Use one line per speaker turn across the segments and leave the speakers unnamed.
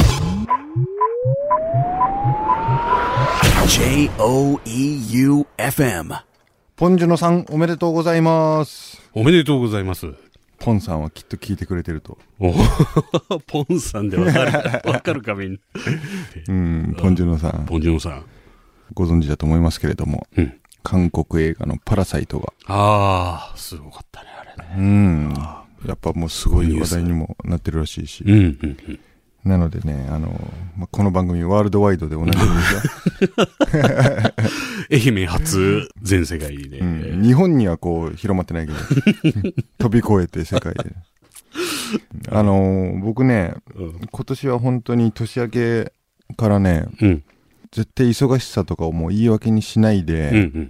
E
J-O-E-U-F-M
ポンジュノさん、おめでとうございます。
おめでとうございます。
ポンさんはきっと聞いてくれてると。
おポンさんでわか る。わかるかみんな。
うん、ポンジュノさん、
ポンジョンさん。
ご存知だと思いますけれども、
うん
韓国映画のパラサイトが、
ああ、すごかったね、あれ
う
ね。
ん、やっぱもうすごい話題にもなってるらしいし、
うん、うん、うん。
なのでね、あの、まあ、この番組ワールドワイドでおなじみ です
愛媛初、全世界で。
が、うん、日本にはこう広まってないけど、飛び越えて世界で。あの、僕ね、
うん
今年は本当に年明けからね、
うん、
絶対忙しさとかをもう言い訳にしないで、
うん、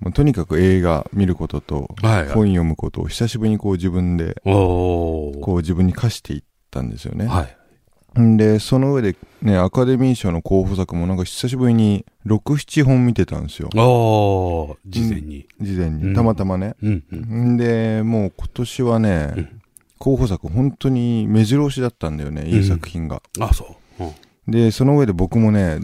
もうとにかく映画見ることと、
うん。はい、
本
はい。
読むことを久しぶりにこう自分で、
おー。
こう自分に課していったんですよね。
はい。
んで、その上でね、アカデミー賞の候補作もなんか久しぶりに6、7本見てたんですよ。
おー、事前に。
事前
うん
に。たまたまね。
うん、うん。
んで、もう今年はね、
うん
候補作本当に目白押しだったんだよね、いい作品が。
あ、そう。うん
で、その上で僕もね、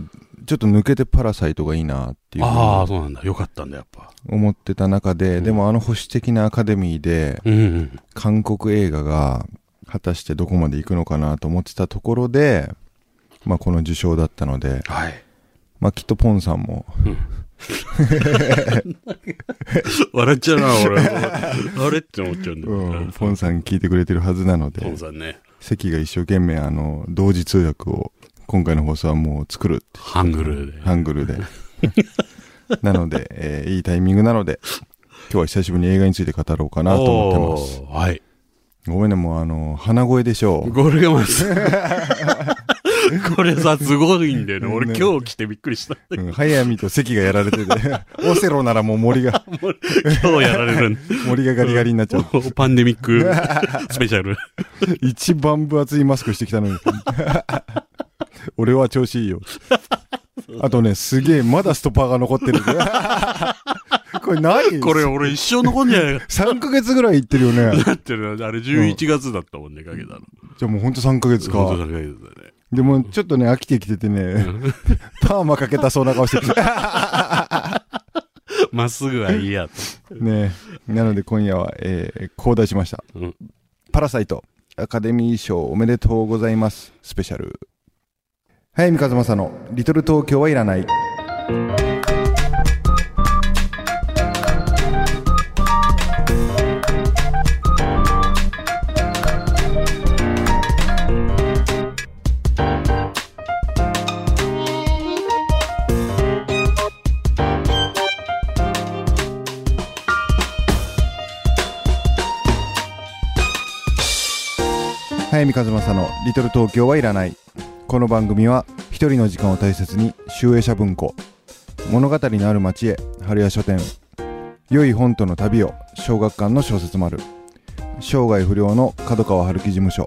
ちょっと抜けてパラサイトがいいなっていうふうに
ああ、そうなんだ。よかったんだ、やっぱ。
思ってた中で、
うん
でもあの保守的なアカデミーで、
うん、うん。
韓国映画が果たしてどこまで行くのかなと思ってたところで、まあこの受賞だったので、
はい。
まあきっとポンさんも、
笑っちゃうな、俺。 あれって思っちゃうんだよ
う
ね
ん。ポンさん聞いてくれてるはずなの
ポ
で
ン、さんね。
関が一生懸命あの、同時通訳を今回の放送はもう作るって、
ハングルで。
ハングル で。なので、えーいいタイミングなので、今日は久しぶりに映画について語ろうかなと思ってます。
おーはい。
ごめんね、もうあの、鼻声でしょう。
これがまず。 これさ、すごいんだよね。俺
ね
今日来てびっくりした。
うん、早見と関がやられてて、 オセロならもう森が、
今日やられるん
森がガリガリになっちゃう。
パンデミックスペシャ ル。
一番分厚いマスクしてきたのに。 俺は調子いい よ。あとね、すげえ、まだストッパーが残って る。これ何
これ俺一生残んじゃないか
3ヶ月ぐらい行ってるよ ね。
なってるな。あれ11月だったもんね、かけたの。
じゃあもうほんと3ヶ月
本当
か。
だかけたね。
でもちょっとね、飽きてきててね、パーマかけたそうな顔してきて。
まっすぐはいいやと。
ねなので今夜は、えー、交代しました。
うん
パラサイト、アカデミー賞おめでとうございます、スペシャル。早見和正の、リトル東京はいらない。早見和正の「リトル東京はいらない」この番組は一人の時間を大切に集英社文庫物語のある町へ春屋書店良い本との旅を小学館の小説丸生涯不良の角川春樹事務所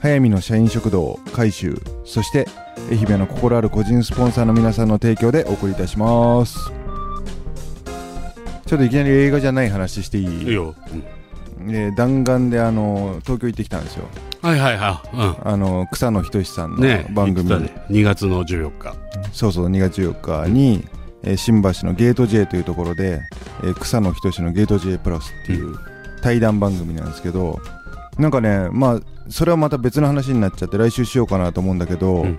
早見の社員食堂改修そして愛媛の心ある個人スポンサーの皆さんの提供でお送りいたしますちょっといきなり映画じゃない話していい
いいよ。
えー弾丸であの東京行ってきたんですよ
はいはいはい。うん。
あの草野仁さん
ね
の番組、
言ってたね2月の14日
そうそう2月14日に、えー新橋のゲート J というところで、えー草野仁のゲート J プラスっていう対談番組なんですけど、なんかねまあそれはまた別の話になっちゃって来週しようかなと思うんだけど、
うん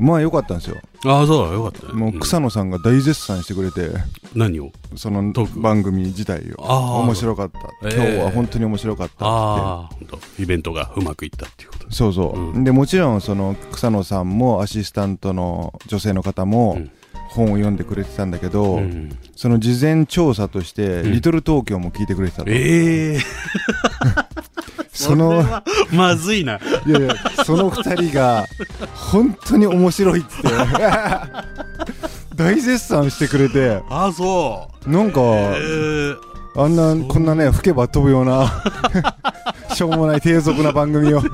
まあ良かったんですよ
ああそうだよかったね
もう
うん
草野さんが大絶賛してくれて、
何を
その
トーク
番組自体を
ああ
面白かった、
えー
今日は本当に面白かったって
ああ本当イベントがうまくいったっていうこと
そうそう、
う
でもちろんその草野さんもアシスタントの女性の方も
うん
本を読んでくれてたんだけど、
うん
その事前調査として「
ん
リトル東京」も聞いてくれてたの、
ええ
そのい
まずいな
やいやその2人が本当に面白いっ つって大絶賛してくれて
ああそう
なんか
えー、
あんなこんなね吹けば飛ぶよう なしょうもない低俗な番組を、うん、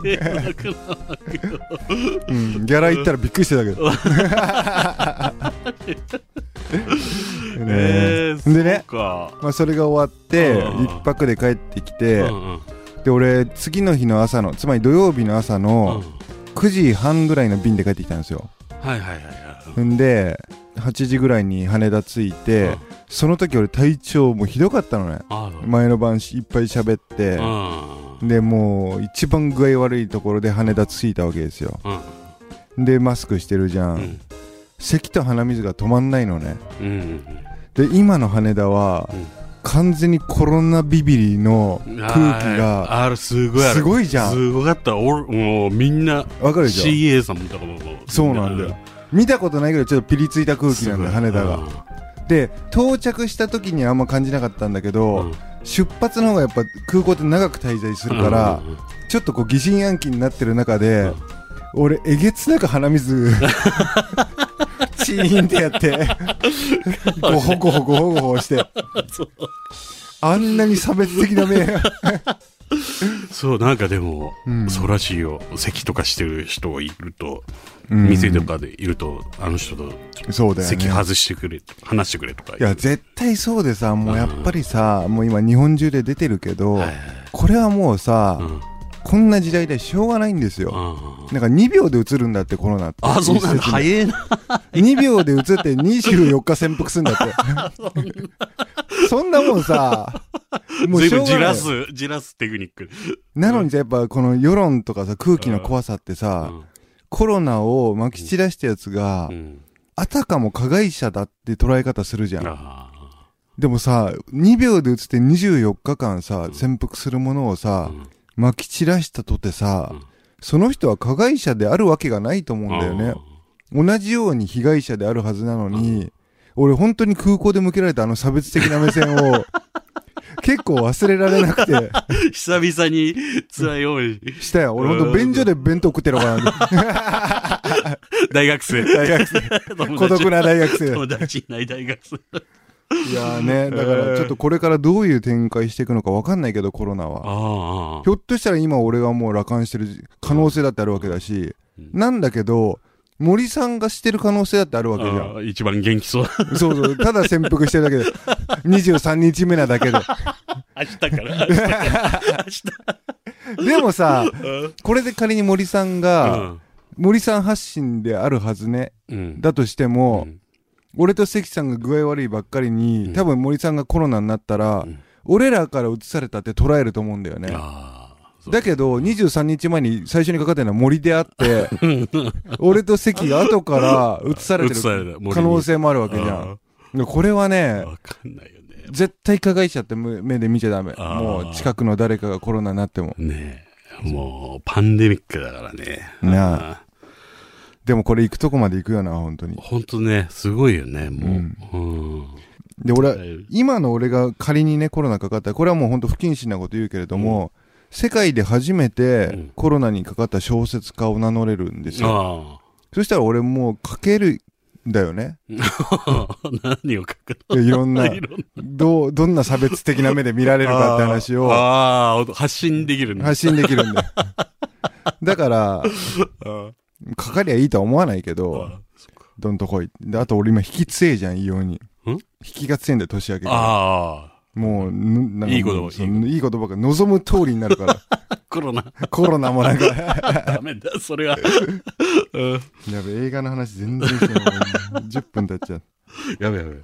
ギャラ行ったらびっくりしてたけ どね
え
でね
そうか
まあ、それが終わって
うん
一泊で帰ってきて、
うんうん
で俺次の日の朝のつまり土曜日の朝
うん
の9時半ぐらいの便で帰ってきたんですよ
はいはいはいはい
んで8時ぐらいに羽田着いて、
うん
その時俺体調もうひどかったのね
あー
前の晩しいっぱい喋って、
うん
でもう一番具合悪いところで羽田着いたわけですよ
うん
でマスクしてるじゃん、
うん
咳と鼻水が止まんないのね
うん
で今の羽田は、
うん
完全にコロナビビリの
うん
空気
あ
が
ーあるすごいある
すごいじゃん
すごかった俺もうみんな
わかるでしょ
CA さんとかもも
そうなんだよ見たことないぐらいちょっとピリついた空気なんだよ羽田がで到着した時にはあんま感じなかったんだけど、出発の方がやっぱ空港って長く滞在するから、ちょっとこう疑心暗鬼になってる中で、
うん
俺えげつなく鼻水 チーンってや ってごほごほごほごほしてあんなに差別的な 目
そうなんかでも、
うん
そうらしいよ咳とかしてる人がいると、
うん
店とかでいるとあの人と
そうだよ
咳
ね
外してくれと話してくれとか
いや絶対そうでさもうやっぱりさ、もう今日本中で出てるけど、
はいはいはい
これはもうさ、
うんうん
こんな時代でしょうがないんですよ、なんか2秒で移るんだってコロナって
あそうなんだ
一説に
早いな
2秒で移って24日潜伏するんだって。そんなもんさ、もう
随
しょ
分
うが
じ
な
ら
い。
すじらすテクニック、
なのにさ、やっぱこの世論とかさ、空気の怖さって
う
さ、
ん
コロナをまき散らしたやつが
う、ん、
あたかも加害者だって捉え方するじゃん。
あ
でもさ、2秒で移って24日間さ、潜伏するものを
ー
さ
う、ん
まき散らしたとてさ
うん、
その人は加害者であるわけがないと思うんだよね。同じように被害者であるはずなのに、俺本当に空港で向けられたあの差別的な目線 を結構忘れられなくて
あー久々に辛い思い
したよ。俺本当便所で弁当食ってるのかなって。
大学生
大学生。孤
友
独な大学生。
友達いない大学 生
いやーね、だからちょっとこれからどういう展開していくのかわかんないけど、コロナは。
あ
ひょっとしたら今俺がもう楽観してる可能性だってあるわけだし、
うん
なんだけど、森さんがしてる可能性だってあるわけじゃん。
あ一番元気 そう
そうそう。ただ潜伏してるだけで。23日目なだけで。
明日から明日から明日
でもさ、
うん
これで仮に森さんが、森さん発信であるはずね、
うん
だとしても、
うん
俺と関さんが具合悪いばっかりに、
うん
多分森さんがコロナになったら、
うん
俺らから移されたって捉えると思うんだよね。
あーそう
だけど、23日前に最初にかかってるのは森であって、 俺と関が後から移されて
移された森
る
に
可能性もあるわけじゃん。これはね
あー、わかんないよね
絶対加害者って目目で見ちゃダメ。
あー
もう近くの誰かがコロナになっても。
ねえもうパンデミックだからね
な
あ
でもこれ行くとこまで行くよな、本当に
ー。ほんとねすごいよねもううん
で、俺、
うん
今の俺が仮にねコロナかかったらこれはもう本当不謹慎なこと言うけれども、世界で初め
うん
てコロナにかかった小説家を名乗れるんですよ、
あ
そしたら俺もう書けるんだよ ね
あ 何を書く
いやいろん
の
ない
ろんな
どうどんな差別的な目で見られるかって話を
あーあー発信できるんだ
発信できる んだよだから
あ
かかりゃいいとは思わないけ
ー
ど
あー
どんとこいであと俺今引き強えじゃん異様に
ん
引きが強えんだよ年明けから
あ
もうぬなんかもう
いいこと
そういいことばっかり望む通りになるから
ーコロナ
コロナもなんか
ダメだそれはうん
やべ、映画の話全然してない。10分経っちゃう。
やべやべ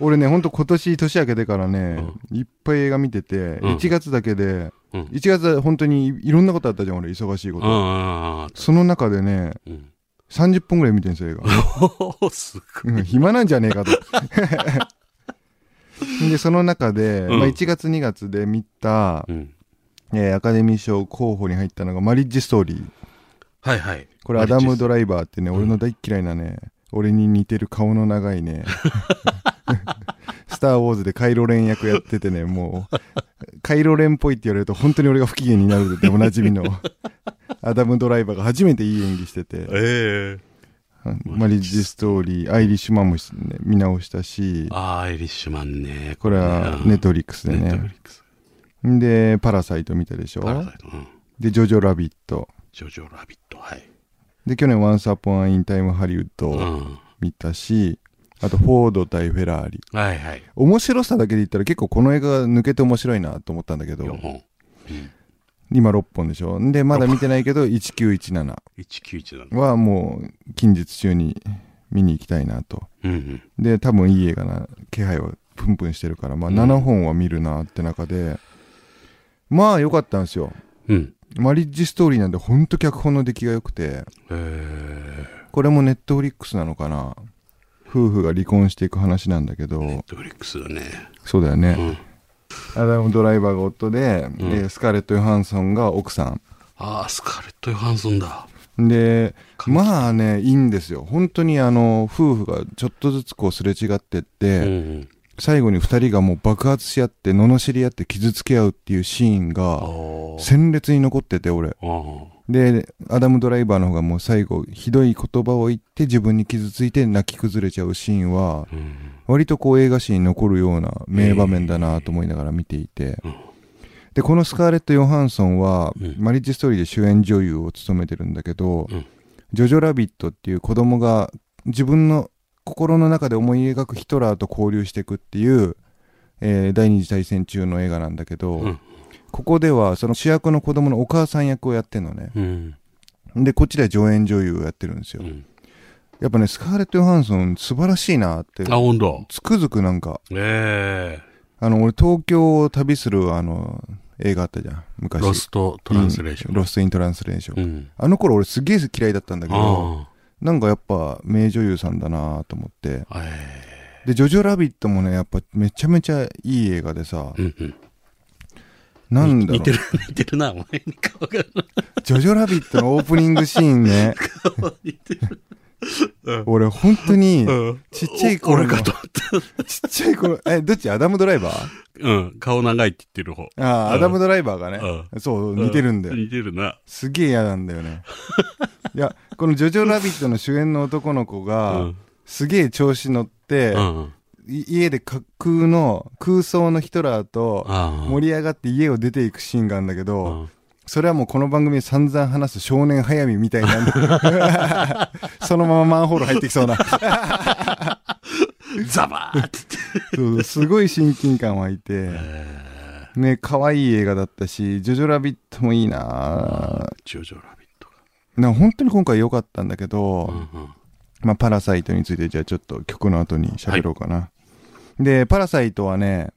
俺ね、ほんと今年年明けてからね、いっぱい映画見てて、
ん
1月だけで、
うん
1月は本当にいろんなことあったじゃん、俺、忙しいこ
うんう
と。
んうん
その中でね、
うん
30分ぐらい見てるんです よ、映画。
おーすごい
うん暇なんじゃねえ かと。で、その中で、
うん
まあ、1月2月で見た、
うん
えーアカデミー賞候補に入ったのが、マリッジストーリー。
はいはい
これ、アダム・
ド
ドライバーってね、俺の大嫌いなね、俺に似てる顔の長い ね、スター・ウォーズでカイロレン役やっててね、もう、カイロレンっぽいって言われると、本当に俺が不機嫌になるでおなじみ の、アダム・ドライバーが初めていい演技してて、
ええ
マリッジ・ストーリー、アイリッシュマンも、ね、見直したし、
あーアイリッシュマンね
これはネットフリックスで
ネットフ
ね
リ。ックス
で、パラサイト見たでしょ
パラサイトうん
で、ジョジョ・ラビット。
ジョジョラビットはい
で、去年、ワンス・アポン・イン・タイム・ハリウッド
う
を
ん
見たし、あと、フォード対フェラーリ。
はいはい
面白さだけで言ったら結構この映画が抜けて面白いなと思ったんだけど
4本
今6本でしょでまだ見てないけど1917
1917の。
はもう近日中に見に行きたいなと
うんうん。
で多分いい映画な気配はプンプンしてるから、まあ、
うん
7本は見るなって中で、まあ良かったんですよ
うん。
マリッジストーリーなんでほんと脚本の出来が良くて
えー、
これもネットフリックスなのかな夫婦が離婚していく話なんだけ
ネッ
ど
トフリックスだね。
そうだよね、
うん。
アダム・ドライバーが夫で,、
うん
でスカーレット・ヨハンソンが奥さ
ああ、スカーレット・ヨハンソンだ。
んで
神
まあねいいんですよ本当にあの夫婦がちょっとずつこうすれ違ってって、
うんうん。
最後に2人がもう爆発し合って罵り合って傷つけ合うっていうシーン
あ
が
ー
鮮烈に残ってて俺
あー。
でアダム・ドライバーの方がもう最後ひどい言葉を言って自分に傷ついて泣き崩れちゃうシーンは
うん。
割とこう映画史に残るような名場面だなと思いながら見ていて、
うん
でこのスカーレット・ヨハンソンは、
うん
マリッジ・ストーリーで主演女優を務めてるんだけど、
うん
ジョジョ・ラビットっていう子供が自分の心の中で思い描くヒトラーと交流していくっていう、えー第二次大戦中の映画なんだけど、
うん
ここではその主役の子供のお母さん役をやってんのね
うん。
でこっちでは上演女優をやってるんですよ、
うん。
やっぱねスカーレット・ヨハンソン素晴らしいなって
あ、本当。
つくづくなんか
え
あの、俺、東京を旅する、あの、映画あったじゃん、
え
昔。
ロスト・トランスレーショ
イン
ン。
ロストイントランスレーション。
うん。
あの頃、俺、すげえ嫌いだったんだけど、
あ
なんかやっぱ、名女優さんだなと思って。
あ。え
で、ジョジョラビットもね、やっぱ、めちゃめちゃいい映画でさ
え、うんうん。
なんだろ
似
う
て、る、 似てるな、お前に顔が。
ジョジョラビットのオープニングシーンね、
似てる。うん
俺、本当に、
うん
ちっちゃい頃
お
の
俺かと思った。
ちっちゃい頃、え、どっちアダムドライバー
うん、顔長いって言ってる方。
ああ、
うん
アダムドライバーがね、そう、似てるんだよ。
似てるな。
すげえ嫌なんだよね。いや、このジョジョラビットの主演の男の子
う
が、
ん。
すげえ調子乗って、
うん。
い家で架空の空想のヒトラーと
あ
盛り上がって家を出ていくシーンがあるんだけ
あ。う
ど、
ん
それはもうこの番組で散々話す少年早見みたいなん だそのままマンホール入ってきそうなそ
ザバーって
うすごい親近感湧いて
言って。ええ
ね可愛い映画だったし「ジョジョラビット」もいいな
ジョジョラビット
な本当に今回良かったんだけど、
うんうん。
まあ、パラサイトについてじゃあちょっと曲の後に喋ろうかな、でパラサイトはね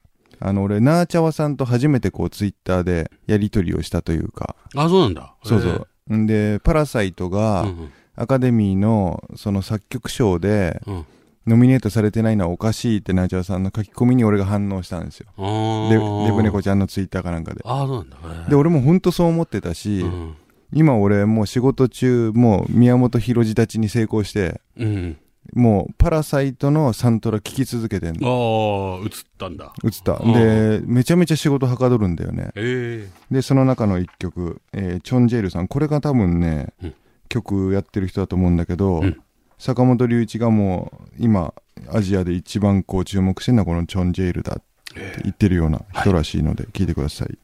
あの俺ナーチャワさんと初めてこうツイッターでやり取りをしたというか
あ、そうなんだ。
そうそう、んでパラサイト
ええ。う
が
んうん
アカデミーのその作曲賞で
うん。
ノミネートされてないのはおかしいってナーチャワさんの書き込みに俺が反応したんですよ
あー
でデブ猫ちゃんのツイッターかなんかで
ああ、そうなんだ。ええ
で俺もほんとそう思ってたし、
うん
今俺もう仕事中もう宮本浩次立ちに成功して
うん。
もうパラサイトのサントラ聴き続けてんの
ああ、映ったんだ。
映った。
うん
で、めちゃめちゃ仕事はかどるんだよね。
え
で、その中の一曲、えーチョン・ジェイルさん、これが多分ね、
うん
曲やってる人だと思うんだけど、
うん
坂本龍一がもう、今、アジアで一番こう注目してるのはこのチョン・ジェイルだって
ええ
言ってるような人らしいので、聞いてください。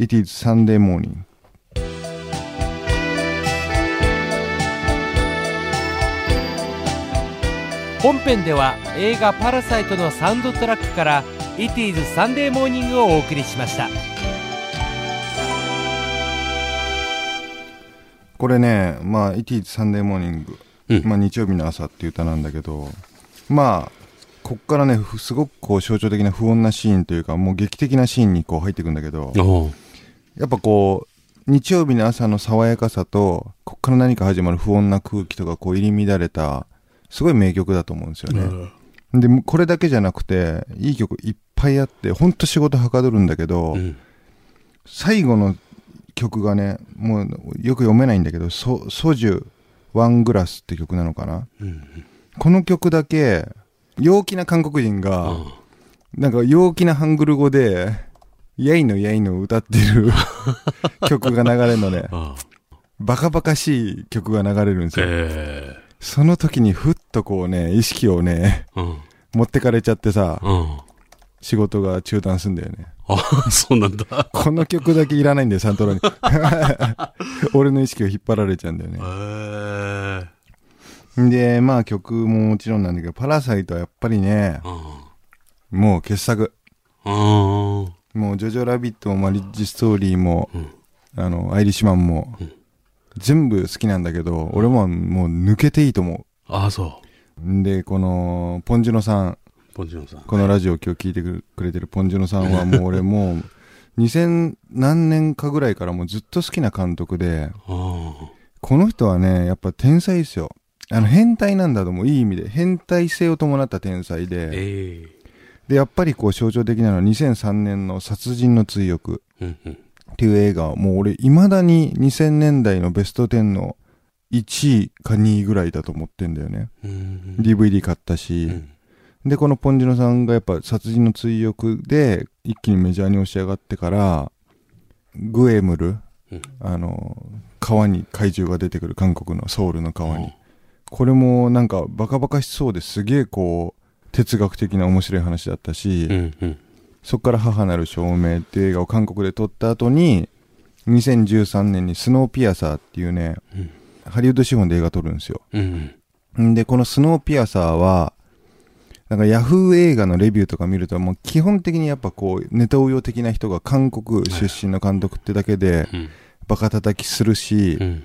It is Sunday morning.
本編では映画「パラサイト」のサウンドトラックから「It is Sunday Morning」をお送りしました
これね、まあ、It is Sunday morning、
うん
まあ、日曜日の朝っていう歌なんだけど、まあ、こっからね、ふすごくこう象徴的な不穏なシーンというか、もう劇的なシーンにこう入っていくんだけど
え。、お
やっぱこう、日曜日の朝の爽やかさと、こっから何か始まる不穏な空気とかこう入り乱れた、すごい名曲だと思うんですよ
う
ね。
ん
で、もうこれだけじゃなくて、いい曲いっぱいあって、ほんと仕事はかどるんだけど、
うん。
最後の曲がねもうよく読めないんだけど「ソソジュワングラス」って曲なのかな
うん。
この曲だけ陽気な韓国人
あ
がなんか陽気なハングル語で「やいのやいの」歌ってる曲が流れるのね
あ。
バカバカしい曲が流れるんですよ
え
その時にふっとこうね意識をね
え。うん。
持ってかれちゃってさ
うん。
仕事が中断すんだよね
あ、 そうなんだ。
この曲だけいらないんだよサントラに 俺の意識を引っ張られちゃうんだよね
ええ。
で、まあ曲ももちろんなんだけど、パラサイトはやっぱりね、
う
もう傑作。
ん。うん。
もうジョジョラビットもマリッジストーリーも、
うん
あの、アイリッシュマンも、全部好きなんだけど、俺ももう抜けていいと思。
ああ、そう
んで、この、ポンジュノさん、
う。ポンジュノさん。
このラジオ今日聞いてくれてるポンジュノさんはもう俺もう、2000何年かぐらいからもうずっと好きな監督で、
あ
この人はね、やっぱ天才ですよ。あの、変態なんだともういい意味で、変態性を伴った天才
あ。
で、
ええ
で、やっぱりこう象徴的なのは2003年の殺人の追憶
うんうん。
っていう映画はもう俺未だに2000年代のベスト10の1位か2位ぐらいだと思ってんだよね。
うんうん
DVD 買ったし、
うん
で、このポンジュノさんがやっぱ殺人の追憶で一気にメジャーに押し上がってから、グエムル、
うん
あの、川に怪獣が出てくる韓国のソウルの川に。これもなんかバカバカしそうですげえこう、哲学的な面白い話だったし、
うんうん。
そこから母なる証明っていう映画を韓国で撮った後に、2013年にスノーピアサーっていうね、
うん
ハリウッド資本で映画撮るんですよ。
うん
んで、このスノーピアサーは、なんかヤフー映画のレビューとか見ると、もう基本的にやっぱこう、ネタ応用的な人が韓国出身の監督ってだけで、
うん。
バカ叩きするし
う、ん。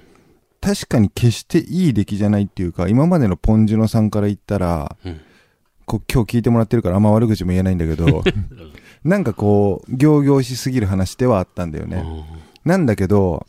確かに決していい出来じゃないっていうか、今までのポンジュノさんから言ったら、
うん
こう今日聞いてもらってるからあんま悪口も言えないんだけど、 なんかこう、行々しすぎる話ではあったんだよね。
あ
なんだけど、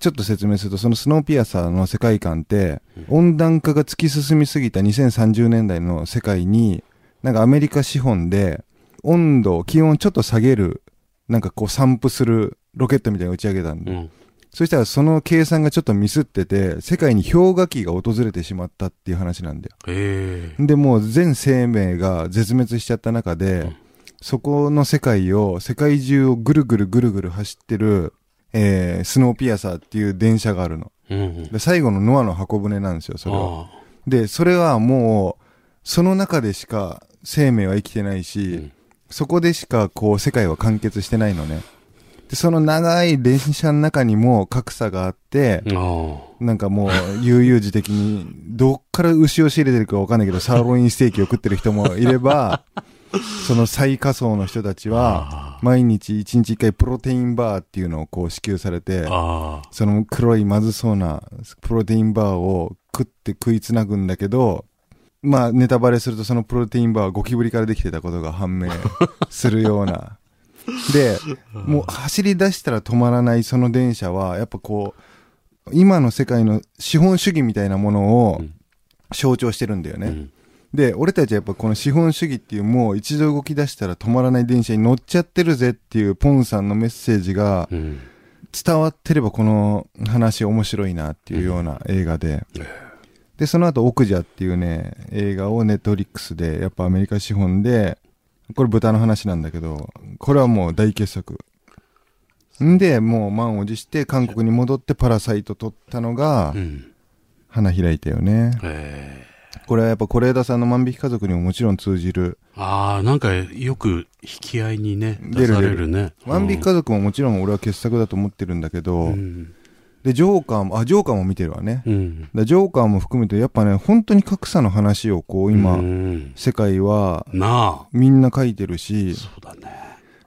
ちょっと説明すると、そのスノーピアサーの世界観って、温暖化が突き進みすぎた2030年代の世界に、なんかアメリカ資本で、温度を、気温をちょっと下げる、なんかこう散布するロケットみたいなの打ち上げたん
あ。う
で、
ん。
そしたらその計算がちょっとミスってて、世界に氷河期が訪れてしまったっていう話なんだよ。
ええ
で、もう全生命が絶滅しちゃった中で、
うん
そこの世界を、世界中をぐるぐるぐるぐる走ってる、えー、スノーピアサーっていう電車があるの。
うんうん。
で、最後のノアの箱舟なんですよ、それは。
ああ。
で、それはもう、その中でしか生命は生きてないし、
うん
そこでしかこう世界は完結してないのね。で、その長い電車の中にも格差があって、
あ
なんかもう、悠々自適に、どっから牛を仕入れてるかわかんないけど、サーロインステーキを食ってる人もいれば、その最下層の人たちは
あ、
毎日1日1回プロテインバーっていうのをこう支給されて
あ。、ああ。
その黒いまずそうなプロテインバーを食って食いつなぐんだけど、まあネタバレするとそのプロテインバーはゴキブリからできてたことが判 明するような。で、もう走り出したら止まらないその電車は、やっぱこう、今の世界の資本主義みたいなものを
うん
象徴してるんだよね。
うん
で、俺たちはやっぱこの資本主義っていうもう一度動き出したら止まらない電車に乗っちゃってるぜっていうポンさんのメッセージが
うん。
伝わってればこの話面白いなっていうような映画で、でその後オクジャっていうね映画をネットフリックスでやっぱアメリカ資本でこれ豚の話なんだけどこれはもう大傑作んでもう満を持して韓国に戻ってパラサイト撮ったのが
うん。
花開いたよね
ええ
これはやっぱ是枝さんの万引き家族にももちろん通じる
ああ、なんかよく引き合いにね、
出る
出されるね。
万引き家族ももちろん俺は傑作だと思ってるんだけど、
うん。
でジョーカーもあジョーカーも見てるわね
うん。
だジョーカーも含めてやっぱね本当に格差の話をこう今、
うん
世界は
なあ。
みんな書いてるし
そうだね。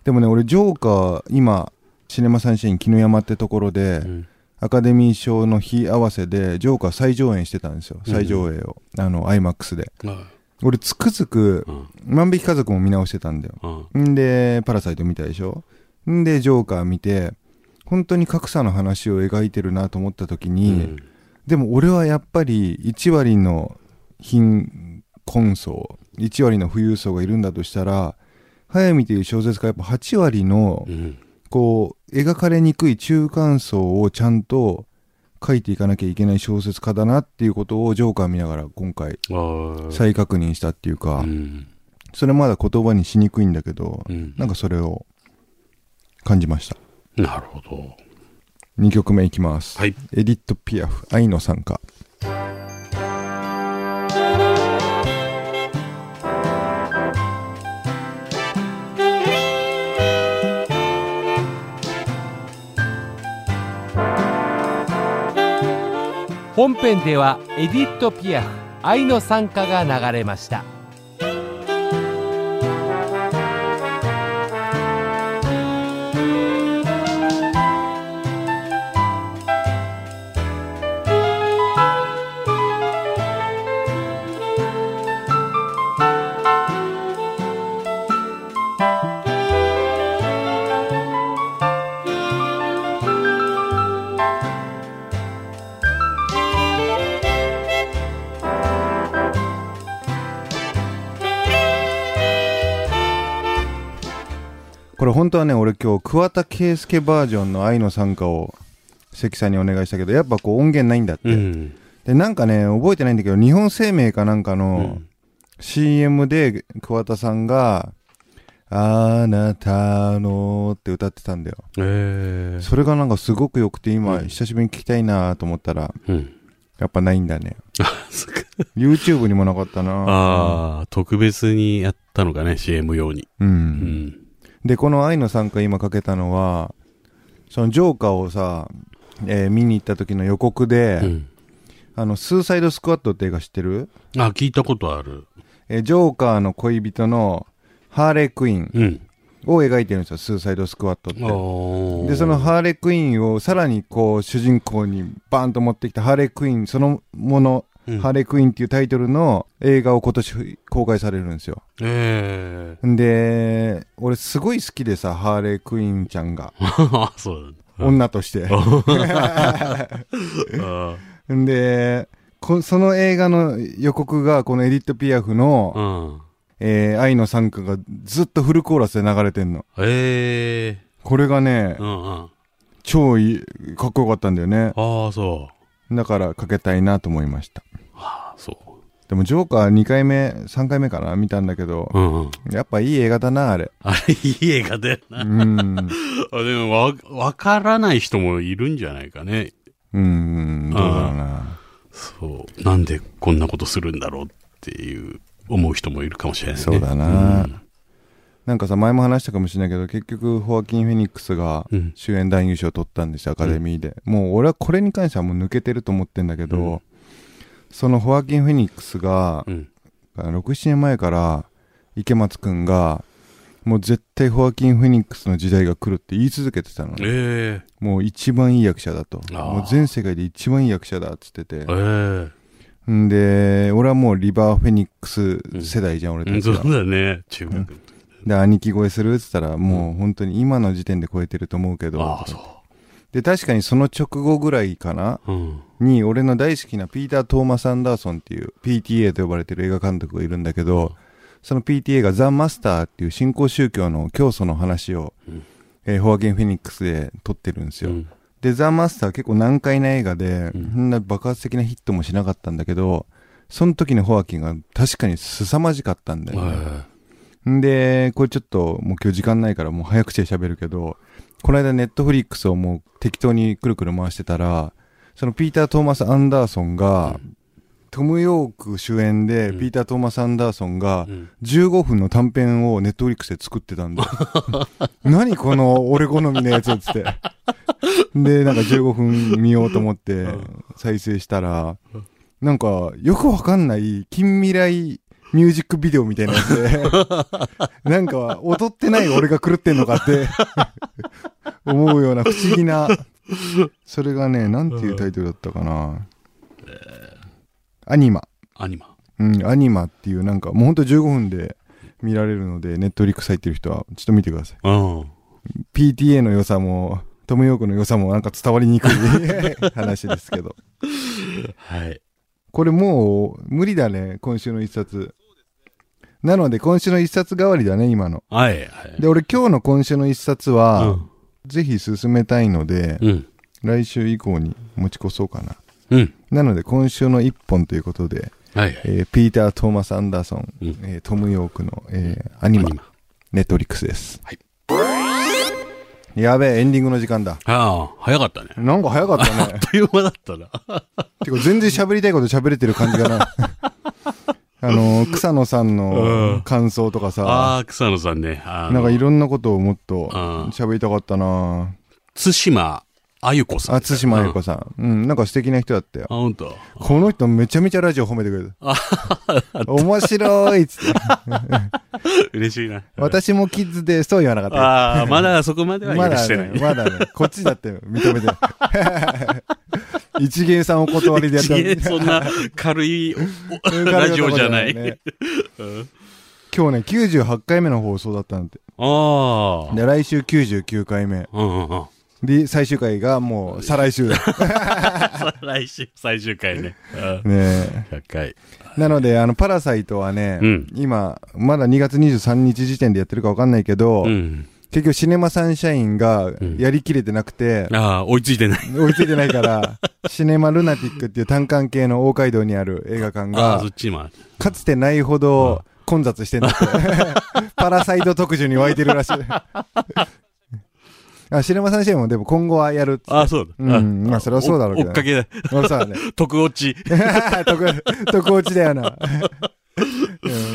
でもね俺ジョーカー今シネマサンシャイン絹山ってところで、
うん
アカデミー賞の日合わせでジョーカー再上演してたんですよ
うん
再上映を、あの IMAX で
は
俺つくづ
い
く
うん。
万引き家族も見直してたんだよ
うん。
んでパラサイト見たでしょんでジョーカー見て本当に格差の話を描いてるなと思った時に、
うん
でも俺はやっぱり1割の貧困層1割の富裕層がいるんだとしたら速水という小説家はやっぱ8割の
うん。
こう描かれにくい中間層をちゃんと書いていかなきゃいけない小説家だなっていうことをジョーカー見ながら今回
ああ。
再確認したっていうか
うん。
それまだ言葉にしにくいんだけど
うん
なんかそれを感じました
なるほど。
2曲目いきます、
はい
エディット・ピアフ「愛の参加」
本編ではエディット・ピアフ「愛の参加」が流れました
れ本当はね俺今日桑田佳祐バージョンの愛の参加を関さんにお願いしたけどやっぱこう音源ないんだって、
うん。
でなんかね覚えてないんだけど日本生命かなんか
う
の CM で桑田さんが「あなたの」って歌ってたんだよ
え
それがなんかすごく良くて今
うん
久しぶりに聞きたいなと思ったら
え。うん。
やっぱないんだね
あ、そっか。
YouTube にもなかったな
ああ、特別にやったのかね、CM 用に。
う
うんん。
でこの「愛の参加」今かけたのはそのジョーカーをさ、えー見に行った時の予告で、
うん。
あのスーサイドスクワットって映画知ってる、
あ、聞いたことある。
えージョーカーの恋人のハーレークイーン
うん。
を描いてるんですよスーサイドスクワットって
おー
でその、ハーレークイーンをさらにこう主人公にバーンと持ってきたハーレークイーンそのもの
うん
ハーレークイーンっていうタイトルの映画を今年公開されるんですよ。
ええ。
んで、俺すごい好きでさ、ハーレークイーンちゃんが、
あ そうだね。
女と して。
あ
んで、こその映画の予告がこのエディット・ピアフの、
ーうん。
えー愛の参加がずっとフルコーラスで流れてんの。
ええ。
これがね
う、んうん。あ
超いいかっこよかったんだよね。
あ、そう。
だからかけたいなと思いました。
あそ
でもジョーカー2回目、3回目かな見たんだけど
う。、うんうん。
やっぱいい映画だな、あれ。
あれ、いい映画だよな。
うん。
あでもわ、わからない人もいるんじゃないかね。
うん、どうだろうな。
そう。なんでこんなことするんだろうっていう、思う人もいるかもしれないね。
そうだななんかさ前も話したかもしれないけど結局ホアキン・フェニックスが
うん。
主演男優賞を取ったんですよアカデミーで、もう俺はこれに関してはもう抜けてると思ってんだけど、
うん
そのホアキン・フェニックスが
う、ん。
67年前から池松くんがもう絶対ホアキン・フェニックスの時代が来るって言い続けてたのね
え
もう一番いい役者だと
あー
もう全世界で一番いい役者だっつってて
ええ
んで俺はもうリバー・フェニックス世代じゃん、
え
俺たち
そう
は
だね。中学の時。
で、兄貴超えするって言ったら、もう本当に今の時点で超えてると思うけど、
ああ、そ
で、確かにその直後ぐらいかな、
う。うん。
に、俺の大好きなピーター・トーマス・アンダーソンっていう、PTA と呼ばれてる映画監督がいるんだけど、その PTA がザ・マスターっていう新興宗教の教祖の話を、
うん
えーホアキン・フェニックスで撮ってるんです
う
よ。
ん。
で、ザ・マスターは結構難解な映画で、
うん
そんな爆発的なヒットもしなかったんだけど、その時のホアキンが確かに凄まじかったんだよね。
え
んで、これちょっともう今日時間ないからもう早口で喋るけど、この間ネットフリックスをもう適当にくるくる回してたら、そのピーター・トーマス・アンダーソンが、トム・ヨーク主演で、
うん
ピーター・トーマス・アンダーソンが
え、うん。
15分の短編をネットフリックスで作ってたん だよ。何この俺好みのやつっつって。で、なんか15分見ようと思って再生したら、なんかよくわかんない近未来ミュージックビデオみたいなやつで、なんか踊ってない俺が狂ってんのかって思うような不思議な、それがね、なんていうタイトルだったかな。アニマ。
アニマ。
うん、アニマっていうなんかもうほんと15分で見られるのでネットリックス入ってる人はちょっと見てください
うん。
PTA の良さもトム・ヨークの良さもなんか伝わりにくい 話ですけど
はい。
これもう無理だね今週の一冊なので今週の一冊代わりだね今の
はい。はい。
で俺今日の今週の一冊
う
は、
ん。
ぜひ進めたいので、
うん。
来週以降に持ち越そうかな
うん。
なので今週の一本ということで、
はい。はい
えーピーター・トーマス・アンダーソン、
うん
えートム・ヨークの、えーアニマ
アニマ
ネットフリックスです。
はい
やべえ、エンディングの時間だ。
ああ、早かったね。
なんか早かったね
あっ。という間だったな。
てか全然喋りたいこと喋れてる感じが ない。あのー、草野さん
う
の
ん
感想とかさ、
ああ、草野さんね。あ
なんかい
ろ、
ろんなことをもっと
うん
喋りたかったな
津島あゆこさん。
あ、津島あゆこ
さん。
さん。うん、なんか素敵な人だったよ
あ、。本 当。
この人めちゃめちゃラジオ褒めてくれた。面白いっつって。
嬉しいな。
私もキッズですとは言わなかったよ。
ああ、まだそこまでは許
まだ
してない。
ね、まだね、こっちだって認めてない。 一元さんお断りでやった
ちげえそんな 軽いおおラジオじゃない。
ね今日ね、98回目の放送だったんで。
ああ。
で、来週99回目。
うんうんうん。
で、最終回がもう、再来週だ。
来週、最終回ね。うん
ね
100回。
えなので、あの、パラサイトはね、
うん
今、まだ2月23日時点でやってるかわかんないけど、
うん。
結局シネマサンシャインが
ん
やりきれてなくて、
ああ、追いついてない。
追いついてない から、シネマルナティックっていう単館系の大街道にある映画館
ああ、
が
そっ、ち今。
かつてないほど混雑してんだって。 パラサイト特需に湧いてるらしい。あ、シネマサンシャインもでも今後はやるっつって
ああ、そうだ。
うん、まあそれはそうだろうけ
追
ど
っか
ね。
けだ。
俺さ、ね、
徳落ち。
特、特落ちだよな。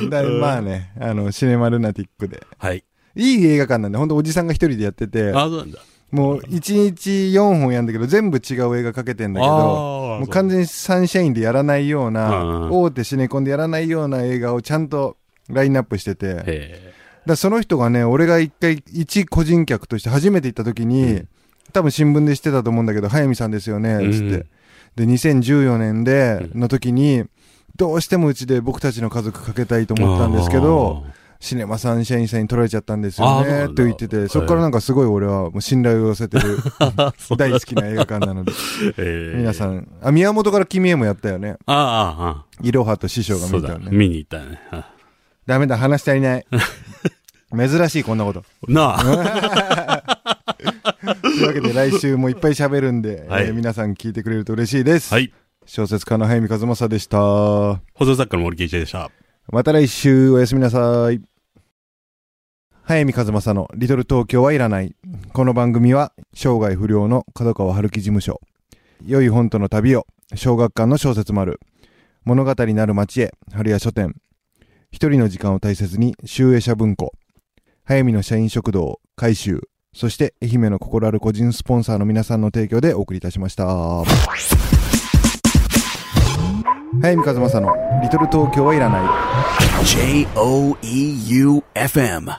うん、だまあね、あの、シネマルナティックで。
はい。
いい映画館なんで、ほんとおじさんが一人でやってて、
ああ、そうなんだ。
もう1日4本やんだけど、全部違う映画かけてんだけど、
ああ、
もう完全にサンシャインでやらないよう
うんう
な、
ん
大手シネコンでやらないような映画をちゃんとラインナップしてて、だか
へ
らその人がね、俺が一回一個人客として初めて行った時に、多分新聞で知ってたと思うんだけど、早見さんですよね、
え。
つって。
うん
で、2014年で、
う
の時に、どうしてもうちで僕たちの家族かけたいと思ったんですけど、、シネマサンシャインさんに取られちゃったんですよ
あーそう
ね、
な
と
んだ
言ってて、そこからなんかすごい俺はもう信頼を寄せて る、大好きな映画館なので、皆
皆
さ
ん。
ん、あ、宮本から君へもやったよね。
ああ、ああ、
いろはと師匠が
そう
見た
だ。
よね。
見に行ったね。あ
ダメだ、話足り ない。珍しい、こんなこと。
なあ、
というわけで、来週もいっぱい喋るんで、
はい
えー皆さん聞いてくれると嬉しいです。
はい。
小説家の早見和正でした。
放送作家の森圭一でした。
また来週おやすみなさい。早見和正のリトル東京はいらない。この番組は生涯不良の角川春樹事務所。良い本との旅を小学館の小説丸。物語なる街へ春屋書店。一人の時間を大切に集英社文庫。早見の社員食堂改修。そして愛媛の心ある個人スポンサーの皆さんの提供でお送りいたしました。早見和正のリトル東京はいらない。
J O E U F M.